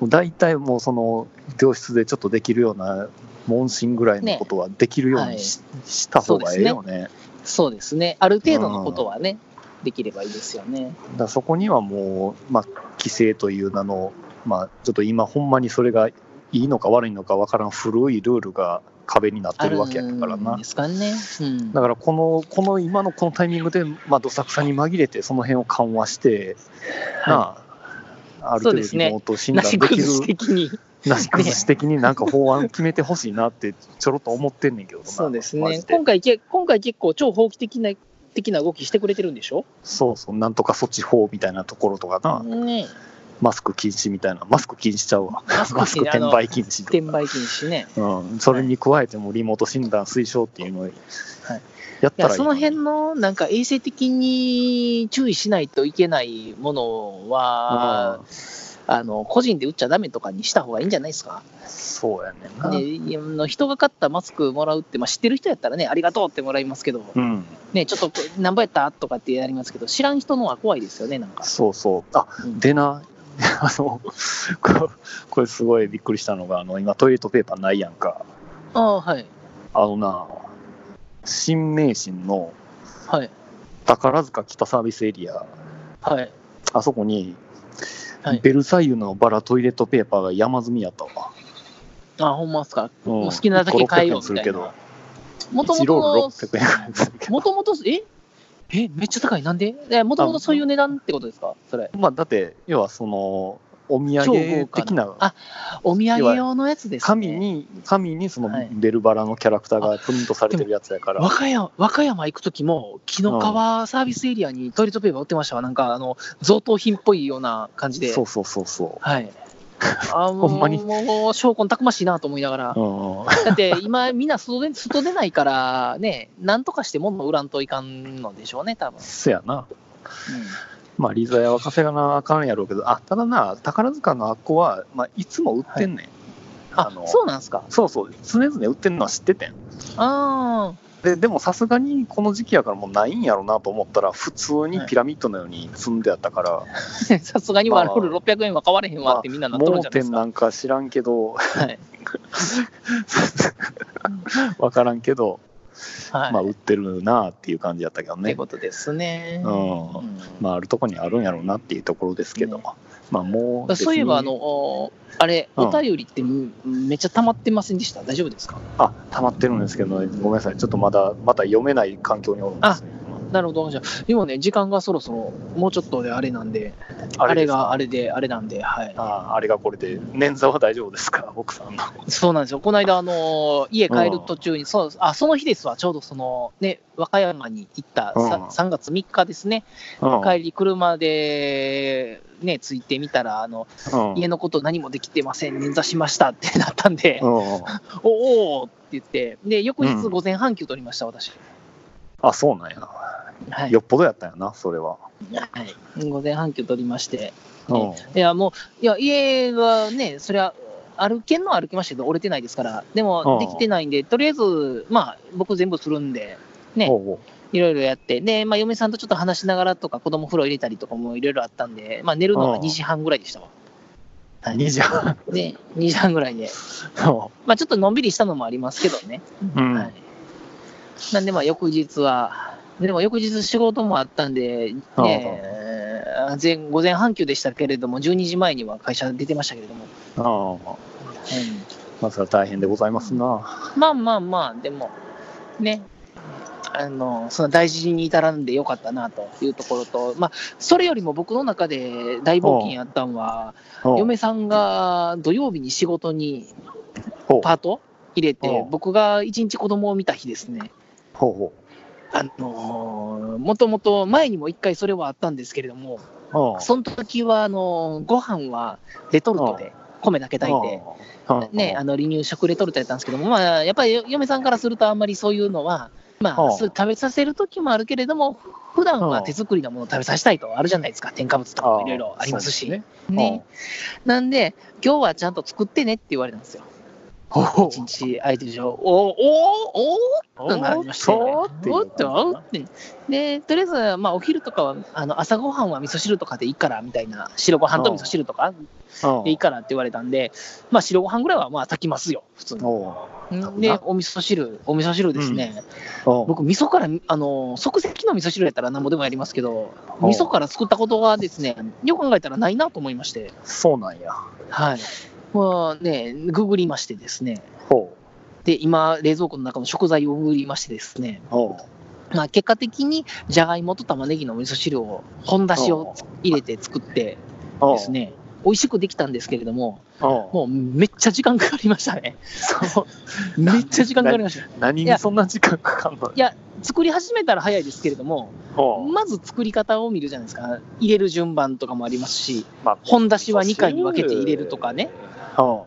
Speaker 3: もう大体もうその病室でちょっとできるような問診ぐらいのことはできるようにし,、た方がええよね。
Speaker 2: そうですね。ある程度のことはね、できればいいですよね。
Speaker 3: だからそこにはもう、まあ、規制という名の、まあ、ちょっと今、ほんまにそれがいいのか悪いのかわからん古いルールが壁になってるわけやから
Speaker 2: あるん
Speaker 3: な
Speaker 2: で。すかね。うん
Speaker 3: だからこの、この今のこのタイミングで、まあ、どさくさに紛れて、その辺を緩和して、なあ、ある
Speaker 2: そう
Speaker 3: 程
Speaker 2: です
Speaker 3: 度
Speaker 2: ね
Speaker 3: リモート診
Speaker 2: な
Speaker 3: 断
Speaker 2: し
Speaker 3: でき
Speaker 2: 崩
Speaker 3: る、
Speaker 2: し的に。
Speaker 3: なし崩し的になんか法案決めてほしいなって、ちょろっと思ってんねんけどな。
Speaker 2: そうです
Speaker 3: マ
Speaker 2: ね
Speaker 3: ジ。
Speaker 2: 今回け、今回結構超法規的な、的な動きしてくれてるんでしょ
Speaker 3: そうそう、なんとか措置法みたいなところとかな、
Speaker 2: ね
Speaker 3: マスク禁止みたいな、マスク禁止しちゃうわ。
Speaker 2: マス
Speaker 3: マスク
Speaker 2: あ
Speaker 3: 転
Speaker 2: の
Speaker 3: 売禁止
Speaker 2: 転
Speaker 3: とか。
Speaker 2: 売禁止ね。
Speaker 3: うん、それに加えてもリモート診断推奨っていうのをやっ
Speaker 2: い
Speaker 3: た
Speaker 2: や、
Speaker 3: らいい
Speaker 2: その辺の、なんか衛生的に注意しないといけないものは、あの、個人で売っちゃダメとかにした方がいいんじゃないですか。
Speaker 3: そうやねんな、
Speaker 2: ね、いやあの人が買ったマスクもらうって、まあ、知ってる人やったらね、ありがとうってもらいますけど、
Speaker 3: うん
Speaker 2: ね、ちょっとこれ何倍やったとかってやりますけど、知らん人のは怖いですよね、なんか。
Speaker 3: そうそうあ
Speaker 2: うん
Speaker 3: でな あのここれすごいびっくりしたのがあの今トイレットペーパーないやんか
Speaker 2: ああ、はい。
Speaker 3: あのな新名神の
Speaker 2: はい。
Speaker 3: 宝塚北サービスエリア
Speaker 2: はい。
Speaker 3: あそこに、
Speaker 2: はい
Speaker 3: ベルサイユのバラトイレットペーパーが山積みやったわ、
Speaker 2: あ、ほんまっすか。
Speaker 3: うん、
Speaker 2: もう好きなだけ買えよ
Speaker 3: 1個600円するけど
Speaker 2: もとも
Speaker 3: 1ロール
Speaker 2: と、
Speaker 3: 600円ぐら いするけど
Speaker 2: もともと、ええ、めっちゃ高い。なんでえ、もともとそういう値段ってことですかそれ。
Speaker 3: まあだって要はそのお土産的な
Speaker 2: あ、お土産用のやつですね。
Speaker 3: 紙に、紙にその
Speaker 2: はい
Speaker 3: ベルバラのキャラクターがプリントされてるやつやから、
Speaker 2: 和歌山、和歌山行くときも、紀の川サービスエリアにトイレットペーパー売ってましたわ。なんか、あの、贈答品っぽいような感じで。
Speaker 3: そうそうそうそ
Speaker 2: はい。あもう
Speaker 3: ほんまに
Speaker 2: もう、証拠たくましいなと思いながら
Speaker 3: う、。うん、
Speaker 2: だって今、みんな外で外出ないから、ね、なんとかして物を売らんといかんのでしょうね、多分。
Speaker 3: せやなまあリザヤは稼がなあかんやろうけどあただな宝塚のあっこは、まあ、いつも売ってんねん、あ
Speaker 2: あ
Speaker 3: の
Speaker 2: そうなんですか。
Speaker 3: そうそう常々売ってんのは知っててん
Speaker 2: あ
Speaker 3: ででもさすがにこの時期やからもうないんやろなと思ったら普通にピラミッドのように積んであったから、
Speaker 2: あ、 さすがにワロール600円は買われへんわってみんななっとるん
Speaker 3: 盲
Speaker 2: じゃないで
Speaker 3: 点
Speaker 2: す
Speaker 3: な
Speaker 2: か。
Speaker 3: んか知らんけど
Speaker 2: はい。
Speaker 3: 分からんけど、
Speaker 2: はい。
Speaker 3: まあ売ってるなあっていう感じやったけど
Speaker 2: って
Speaker 3: ね
Speaker 2: ことですね。
Speaker 3: うん
Speaker 2: うん
Speaker 3: まあ、あるとこにあるんやろうなっていうところですけど、
Speaker 2: ね
Speaker 3: まあもう、
Speaker 2: そういえば、あ
Speaker 3: 別に
Speaker 2: の、、おあれ、
Speaker 3: うん
Speaker 2: お便りってめめっちゃ溜まってませんでした大丈夫ですか
Speaker 3: あ、溜まってるんですけど、ね、ごめんなさい、ちょっとまだ、まだ読めない環境におるんです
Speaker 2: なるほど。じゃあ、今ね、時間がそろそろ、もうちょっとであれなんで、
Speaker 3: あ
Speaker 2: あ
Speaker 3: れ
Speaker 2: れ
Speaker 3: です
Speaker 2: があれで、あれなんで、はい。
Speaker 3: ああれがこれで、捻挫は大丈夫ですか、奥さんの。
Speaker 2: そうなんですよ。この間、あのー家帰る途中に、そうあ、その日ですわ。ちょうどその、ね、和歌山に行った、さ
Speaker 3: うん
Speaker 2: 3月3日ですね。
Speaker 3: うん
Speaker 2: 帰り、車で、ね、着いてみたら、あの、
Speaker 3: うん
Speaker 2: 家のこと何もできてません。捻挫しましたってなったんで、
Speaker 3: うん
Speaker 2: おーおーって言って、で、翌
Speaker 3: う
Speaker 2: 日
Speaker 3: ん
Speaker 2: 午前半休取りました、私。
Speaker 3: あ、そうなんやな。
Speaker 2: はい。
Speaker 3: よっぽどやったんやな、それ
Speaker 2: は
Speaker 3: は。
Speaker 2: い、午前半休取りまして。
Speaker 3: うん
Speaker 2: いや、もう、いや、家はね、そりゃ、歩けんのは歩きましたけど、折れてないですから、で
Speaker 3: う
Speaker 2: も
Speaker 3: ん、
Speaker 2: できてないんで、とりあえず、まあ、僕全部するんで、ね
Speaker 3: おうおう
Speaker 2: いろいろやって、で、まあ、嫁さんとちょっと話しながらとか、子供風呂入れたりとかもいろいろあったんで、まあ、寝るのが
Speaker 3: うん
Speaker 2: 2時半ぐらいでしたわ。はい
Speaker 3: 2時半。
Speaker 2: で、2時半ぐらいで。まあ、ちょっとのんびりしたのもありますけどね。
Speaker 3: うん
Speaker 2: はい。なんで、まあ、翌日は、でも翌日仕事もあったんで、ね、前午前半休でしたけれども、12時前には会社出てましたけれども、
Speaker 3: うんまあ、それは大変でございますな。
Speaker 2: まあまあまあ、でも、ね、あの、その大事に至らんでよかったなというところと、まあ、それよりも僕の中で大冒険やったんは、
Speaker 3: うん
Speaker 2: 嫁さんが土曜日に仕事に
Speaker 3: ほう
Speaker 2: パート入れて
Speaker 3: う、ん
Speaker 2: 僕が一日子供を見た日ですね。
Speaker 3: ほうほ
Speaker 2: あのーもともと前にも一回それはあったんですけれども、
Speaker 3: ううん。
Speaker 2: その時はあのーご飯はレトルトで、米だけ炊いて、
Speaker 3: うん
Speaker 2: ね、あの離乳食レトルトやったんですけども、まあ、やっぱり嫁さんからすると、あんまりそういうのは、ま
Speaker 3: う
Speaker 2: あ、
Speaker 3: ん
Speaker 2: そう食べさせる時もあるけれども、普段
Speaker 3: う
Speaker 2: は
Speaker 3: ん
Speaker 2: 手作りのものを食べさせたいとあるじゃないですか、添加物とかもいろいろありますし、
Speaker 3: そう
Speaker 2: ね
Speaker 3: でね
Speaker 2: なんで、今日はちゃんと作ってねって言われたんですよ、
Speaker 3: ほうほう
Speaker 2: 一日空いてるでしょ、おーおーおーとなりまして、
Speaker 3: お
Speaker 2: お
Speaker 3: っとっていう
Speaker 2: っとって。で、とりあえず、まあ、お昼とかは、あの朝ごはんは味噌汁とかでいいから、みたいな、白ご飯と味噌汁とか
Speaker 3: うん
Speaker 2: でいいからって言われたんで、まあ、白ご飯ぐらいはまあ炊きますよ、普通に。
Speaker 3: おう多分
Speaker 2: で
Speaker 3: な、
Speaker 2: お味噌汁、お味噌汁ですね。
Speaker 3: うん
Speaker 2: 僕、味噌から、あの、即席の味噌汁やったら何ぼでもやりますけど、
Speaker 3: お
Speaker 2: 味噌から作ったことはですね、よく考えたらないなと思いまして、
Speaker 3: そうなんや。
Speaker 2: はい。まあね、ググりましてですね、
Speaker 3: ほう。
Speaker 2: で、今、冷蔵庫の中の食材をググりましてですね、
Speaker 3: ほ
Speaker 2: まあ、結果的に、じゃがいもと玉ねぎのお味噌汁を、本だしを入れて作って
Speaker 3: う。
Speaker 2: ですね、美味しくできたんですけれども、
Speaker 3: ほう。
Speaker 2: もうめっちゃ時間かかりましたね。そうめっちゃ時間かかりました。
Speaker 3: 何にそんな時間かかんの
Speaker 2: いや、作り始めたら早いですけれども、
Speaker 3: ほう。
Speaker 2: まず作り方を見るじゃないですか。入れる順番とかもありますし、
Speaker 3: まあ
Speaker 2: 本出しは2回に分けて入れるとかね。。
Speaker 3: ほ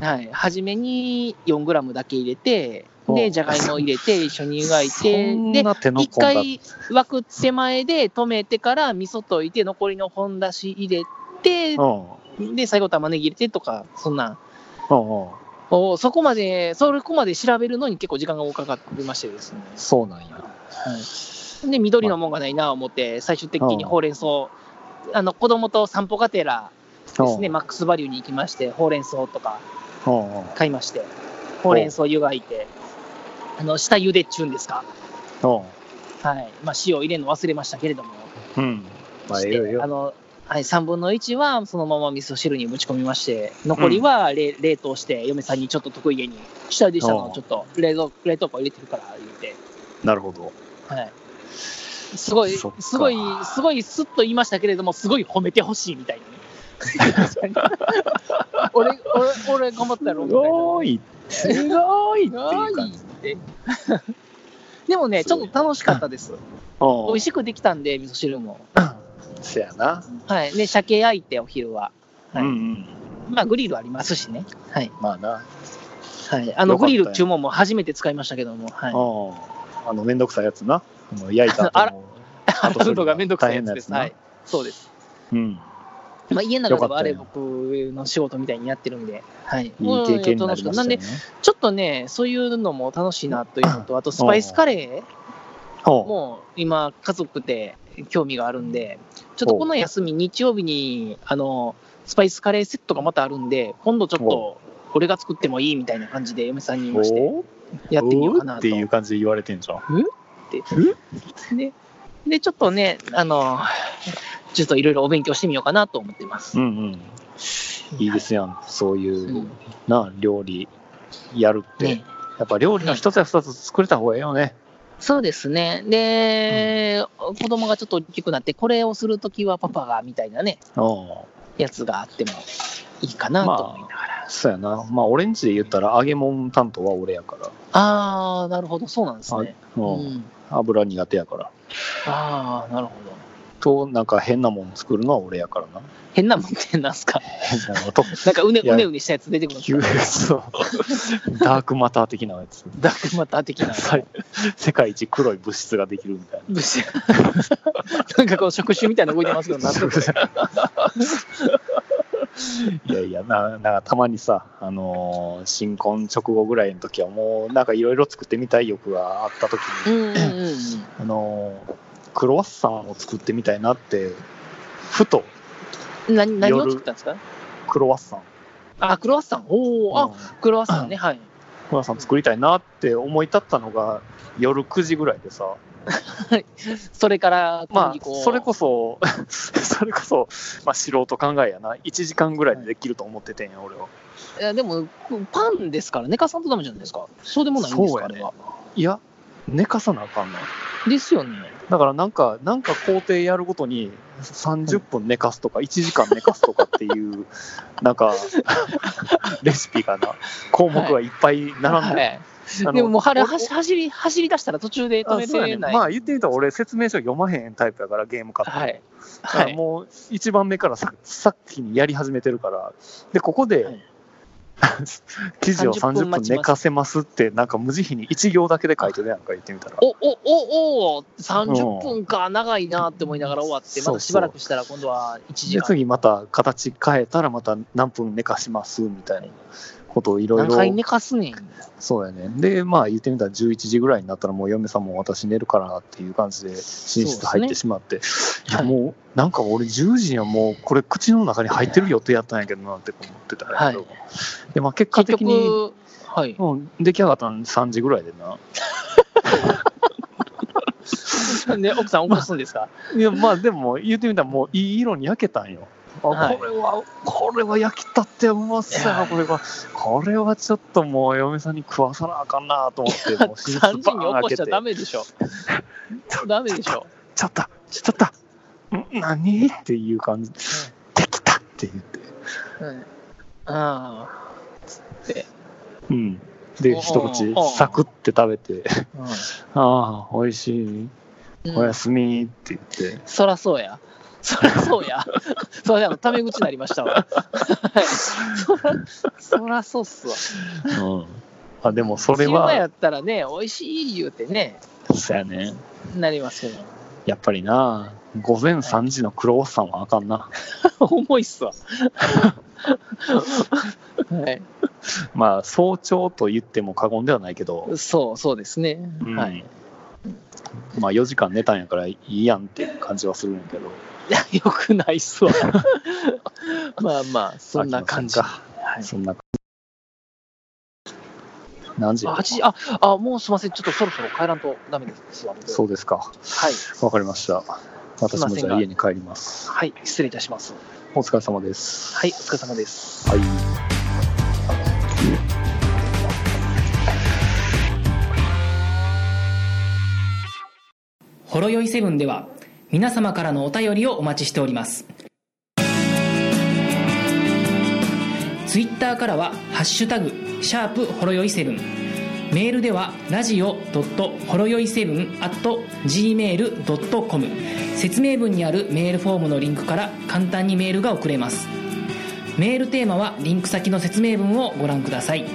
Speaker 2: はい。初めに4グラムだけ入れて、
Speaker 3: お
Speaker 2: で、じゃがいもを入れて、一緒に湯がいて、
Speaker 3: そん
Speaker 2: で、
Speaker 3: な手の
Speaker 2: 一
Speaker 3: 込んだ
Speaker 2: 回枠手前で止めてから味噌溶いて、残りの本出し入れて、
Speaker 3: うん
Speaker 2: で、最後玉ねぎ入れてとか、そんな。
Speaker 3: うんうん
Speaker 2: おそこまで、そこまで調べるのに結構時間がかかりましてですね。
Speaker 3: そうなんや。
Speaker 2: で、緑のもんがないなと思って、最終的にほうれん草、あの、子供と散歩がてらですね、
Speaker 3: うん
Speaker 2: マックスバリューに行きまして、ほうれん草とか
Speaker 3: うんうん
Speaker 2: 買いまして、ほうれん草湯がいて、あの、下茹でっちゅうんですか。
Speaker 3: うん
Speaker 2: はい。まあ、塩入れるの忘れましたけれども、
Speaker 3: うん。まあ、
Speaker 2: し
Speaker 3: え
Speaker 2: て
Speaker 3: えよええ
Speaker 2: あ
Speaker 3: よ。
Speaker 2: の、はい、3分の1はそのまま味噌汁にぶち込みまして、残りはれ、冷凍して、嫁さんにちょっと得意げに、下茹でしたのをちょっと冷蔵冷凍庫入れてるから言って、
Speaker 3: なるほど。
Speaker 2: はい。すごい、
Speaker 3: そっか
Speaker 2: すごい、すごいすっと言いましたけれども、すごい褒めてほしいみたいなね。 俺、俺、俺頑張ったやろみたいな。
Speaker 3: ごい。すごいっていう感じ。
Speaker 2: って。 でもね、ちょっと楽しかったです。美
Speaker 3: お
Speaker 2: 味しくできたんで、味噌汁も。
Speaker 3: せやな。
Speaker 2: はい。ね、鮭焼いて、お昼は。はい
Speaker 3: うんうん。
Speaker 2: まあ、グリルありますしね。はい。
Speaker 3: まあな。
Speaker 2: はい。あの、
Speaker 3: よ
Speaker 2: グ
Speaker 3: かった
Speaker 2: リ
Speaker 3: よ
Speaker 2: ル注文も初めて使いましたけども、はい。
Speaker 3: うんあの、めんどくさいやつな。あの焼いた後の。
Speaker 2: 洗うのがめんどくさいやつです。
Speaker 3: 大変なやつな
Speaker 2: はい。そうです。
Speaker 3: うん。
Speaker 2: まあ、家の中ではあれ
Speaker 3: よか
Speaker 2: 僕の仕事みたいにやってるんで、はい。い
Speaker 3: いい経験になりま
Speaker 2: なん
Speaker 3: した
Speaker 2: で、
Speaker 3: ね。
Speaker 2: ちょっとね、そういうのも楽しいなというのと、あとスパイスカレー
Speaker 3: ほ
Speaker 2: も今、家族で興味があるんで、ちょっとこの休み、日曜日に、あの、スパイスカレーセットがまたあるんで、今度ちょっと、俺が作ってもいいみたいな感じで嫁さんに言いまして、
Speaker 3: お
Speaker 2: やってみようか
Speaker 3: お
Speaker 2: な
Speaker 3: って
Speaker 2: と。
Speaker 3: いう感じで言われてんじゃん。
Speaker 2: で、でちょっとね、あの、ちょっといろいろお勉強してみようかなと思ってます。
Speaker 3: うんうん。いいですやん。そういううんな、料理やるって。
Speaker 2: ね
Speaker 3: やっぱ料理の一つや二つ作れた方がいいよね。
Speaker 2: そうですね。で、子供がちょっと大きくなって、これをするときはパパが、みたいなね、
Speaker 3: うん。
Speaker 2: やつがあってもいいかなと思いながら。
Speaker 3: そうやな。まあ、俺んちで言ったら揚げ物担当は俺やから。
Speaker 2: ああー、なるほど、そうなんです
Speaker 3: あ
Speaker 2: ね。
Speaker 3: う
Speaker 2: うんん、
Speaker 3: 油苦手やから。
Speaker 2: ああ、なるほど。
Speaker 3: と、なんか変なもん作るのは俺やからな。
Speaker 2: 変なもんってなんすか
Speaker 3: 変なのと、
Speaker 2: なんかうね
Speaker 3: いや
Speaker 2: うねうねしたやつ出てくるんです
Speaker 3: 急
Speaker 2: か
Speaker 3: に そう。ダークマター的なやつ。
Speaker 2: ダークマター的な。
Speaker 3: はい世界一黒い物質ができるみたい
Speaker 2: 物質 なんかこう触手みたいなの動いてますけど、
Speaker 3: な
Speaker 2: なんと。
Speaker 3: いやいやな、なんかたまにさ、あのー新婚直後ぐらいの時はもう、なんかいろいろ作ってみたい欲があった時
Speaker 2: う
Speaker 3: に、
Speaker 2: んうんうん。
Speaker 3: あのークロワッサンを作ってみたいなって、ふと
Speaker 2: うん何何を作ったんですか
Speaker 3: クロワッサン。
Speaker 2: あ、クロワッサン。おお、
Speaker 3: うん
Speaker 2: あ、クロワッサンね、はい。
Speaker 3: クロワッサン作りたいなって思い立ったのが夜9時ぐらいでさ、
Speaker 2: それから小
Speaker 3: ま
Speaker 2: 麦
Speaker 3: あ
Speaker 2: 粉を、
Speaker 3: それこそ、 それこそ、まあ、素人考えやな、1時間ぐらいでできると思っててんや、俺は。
Speaker 2: いやでも、パンですから、寝かさんとダメじゃないですか。そうでもないんです
Speaker 3: そう
Speaker 2: か、
Speaker 3: や
Speaker 2: あ
Speaker 3: ね
Speaker 2: れは。
Speaker 3: いや、寝かさなあかんな。
Speaker 2: ですよね。
Speaker 3: だからなんか、なんか工程やるごとに30分寝かすとか、1時間寝かすとかっていう、なんか、レシピがな、項目がいっぱい並んで、
Speaker 2: はい
Speaker 3: あの
Speaker 2: でももうはれ
Speaker 3: お
Speaker 2: 走走り、走り出したら途中で止
Speaker 3: あ
Speaker 2: め
Speaker 3: そうや
Speaker 2: ら
Speaker 3: ね
Speaker 2: れ
Speaker 3: ん
Speaker 2: ない。
Speaker 3: まあ言ってみたら俺説明書読まへんタイプやからゲーム買っても
Speaker 2: はい。
Speaker 3: だから
Speaker 2: はい。
Speaker 3: もう一番目からささっきにやり始めてるから、で、ここで、
Speaker 2: はい
Speaker 3: 記事を
Speaker 2: 30
Speaker 3: 30
Speaker 2: 分
Speaker 3: 分
Speaker 2: 待ちます
Speaker 3: 寝かせますって、なんか無慈悲に1行だけで書いてるやんか、言ってみたら。
Speaker 2: お、お、お、お、30分か、長いなって思いながら終わって、
Speaker 3: そ
Speaker 2: ま
Speaker 3: うそう
Speaker 2: たしばらくしたら今度は1時
Speaker 3: で、
Speaker 2: 間。
Speaker 3: 次また形変えたらまた何分寝かしますみたいなことをいろい
Speaker 2: 何
Speaker 3: ろ。
Speaker 2: 回寝かすねん。
Speaker 3: そうやね。で、まあ言ってみたら11時ぐらいになったらもう嫁さんも私寝るからなっていう感じで寝室入ってしまって、いや
Speaker 2: はい
Speaker 3: もうなんか俺10時にはもうこれ口の中に入ってる予定やったんやけどなって思ってたんやけど、
Speaker 2: は
Speaker 3: でまあ結果
Speaker 2: 結
Speaker 3: 的に
Speaker 2: 局、はい。
Speaker 3: もう出来上がったの3時ぐらいでな。
Speaker 2: ね、奥さん起こすんですか、
Speaker 3: いや、まあでも、言ってみたらもういい色に焼けたんよ。あ
Speaker 2: はい
Speaker 3: これは、これは焼きたってうまそうやな、これは。これはちょっともう嫁さんに食わさなあかんなと思って、もう寝室
Speaker 2: 三 ?3 時
Speaker 3: バ
Speaker 2: に
Speaker 3: ーン
Speaker 2: 起こしち
Speaker 3: 開け
Speaker 2: ゃ
Speaker 3: て。
Speaker 2: ダメで しょ。ダメでしょ。
Speaker 3: ちょっと、ちょっと、ん何っていう感じで、できたって言って。
Speaker 2: うん。あ
Speaker 3: うん。で、
Speaker 2: おー
Speaker 3: 一口
Speaker 2: おー
Speaker 3: サクって食べて、
Speaker 2: あ、
Speaker 3: ああ、美味しい、
Speaker 2: うん
Speaker 3: おやすみって言って、
Speaker 2: そらそうや。そらそう や。そら、あの、タメ口になりましたわ。はい。そら、そらそうっすわ。
Speaker 3: うん。あ、でもそれ
Speaker 2: 昼間や
Speaker 3: は、
Speaker 2: ったらね、美味しい言うてね、
Speaker 3: そうやね。
Speaker 2: なりますけ ど。
Speaker 3: やっぱりな、午前3時のクロワッサンはあかんな。
Speaker 2: 重いっ すわ。はい。
Speaker 3: まあ、早朝と言っても過言ではないけど、
Speaker 2: そう、そうですね。
Speaker 3: うん
Speaker 2: はい。い
Speaker 3: まあ4時間寝たんやからいいやんっていう感じはするんやけど、
Speaker 2: や、よくないっす わ。まあまあ、そんな感じ。
Speaker 3: あきませんか
Speaker 2: はい
Speaker 3: そんな何時や
Speaker 2: あ、時、あ、あ、もうすいません。ちょっとそろそろ帰らんとダメですわ。
Speaker 3: そうですか。
Speaker 2: はい。
Speaker 3: わかりました。
Speaker 2: い
Speaker 3: 私
Speaker 2: ま
Speaker 3: も
Speaker 2: せんが
Speaker 3: じゃあ家に帰ります。
Speaker 2: はい。失礼いたします。
Speaker 3: お疲れ様です。
Speaker 2: はい。お疲れ様です。
Speaker 3: はい
Speaker 1: ほろよいセブンでは皆様からのお便りをお待ちしておりますツイッターからは「ハッシュタグシャープほろよいセブン」メールではラジオほろよい7 gmail.com 説明文にあるメールフォームのリンクから簡単にメールが送れますメールテーマはリンク先の説明文をご覧ください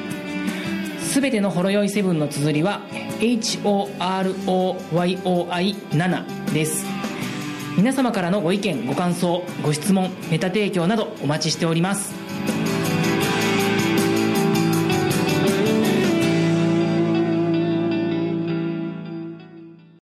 Speaker 1: すべてのほろ酔いセブンの綴りは HOROYOI7 です皆様からのご意見ご感想ご質問メタ提供などお待ちしております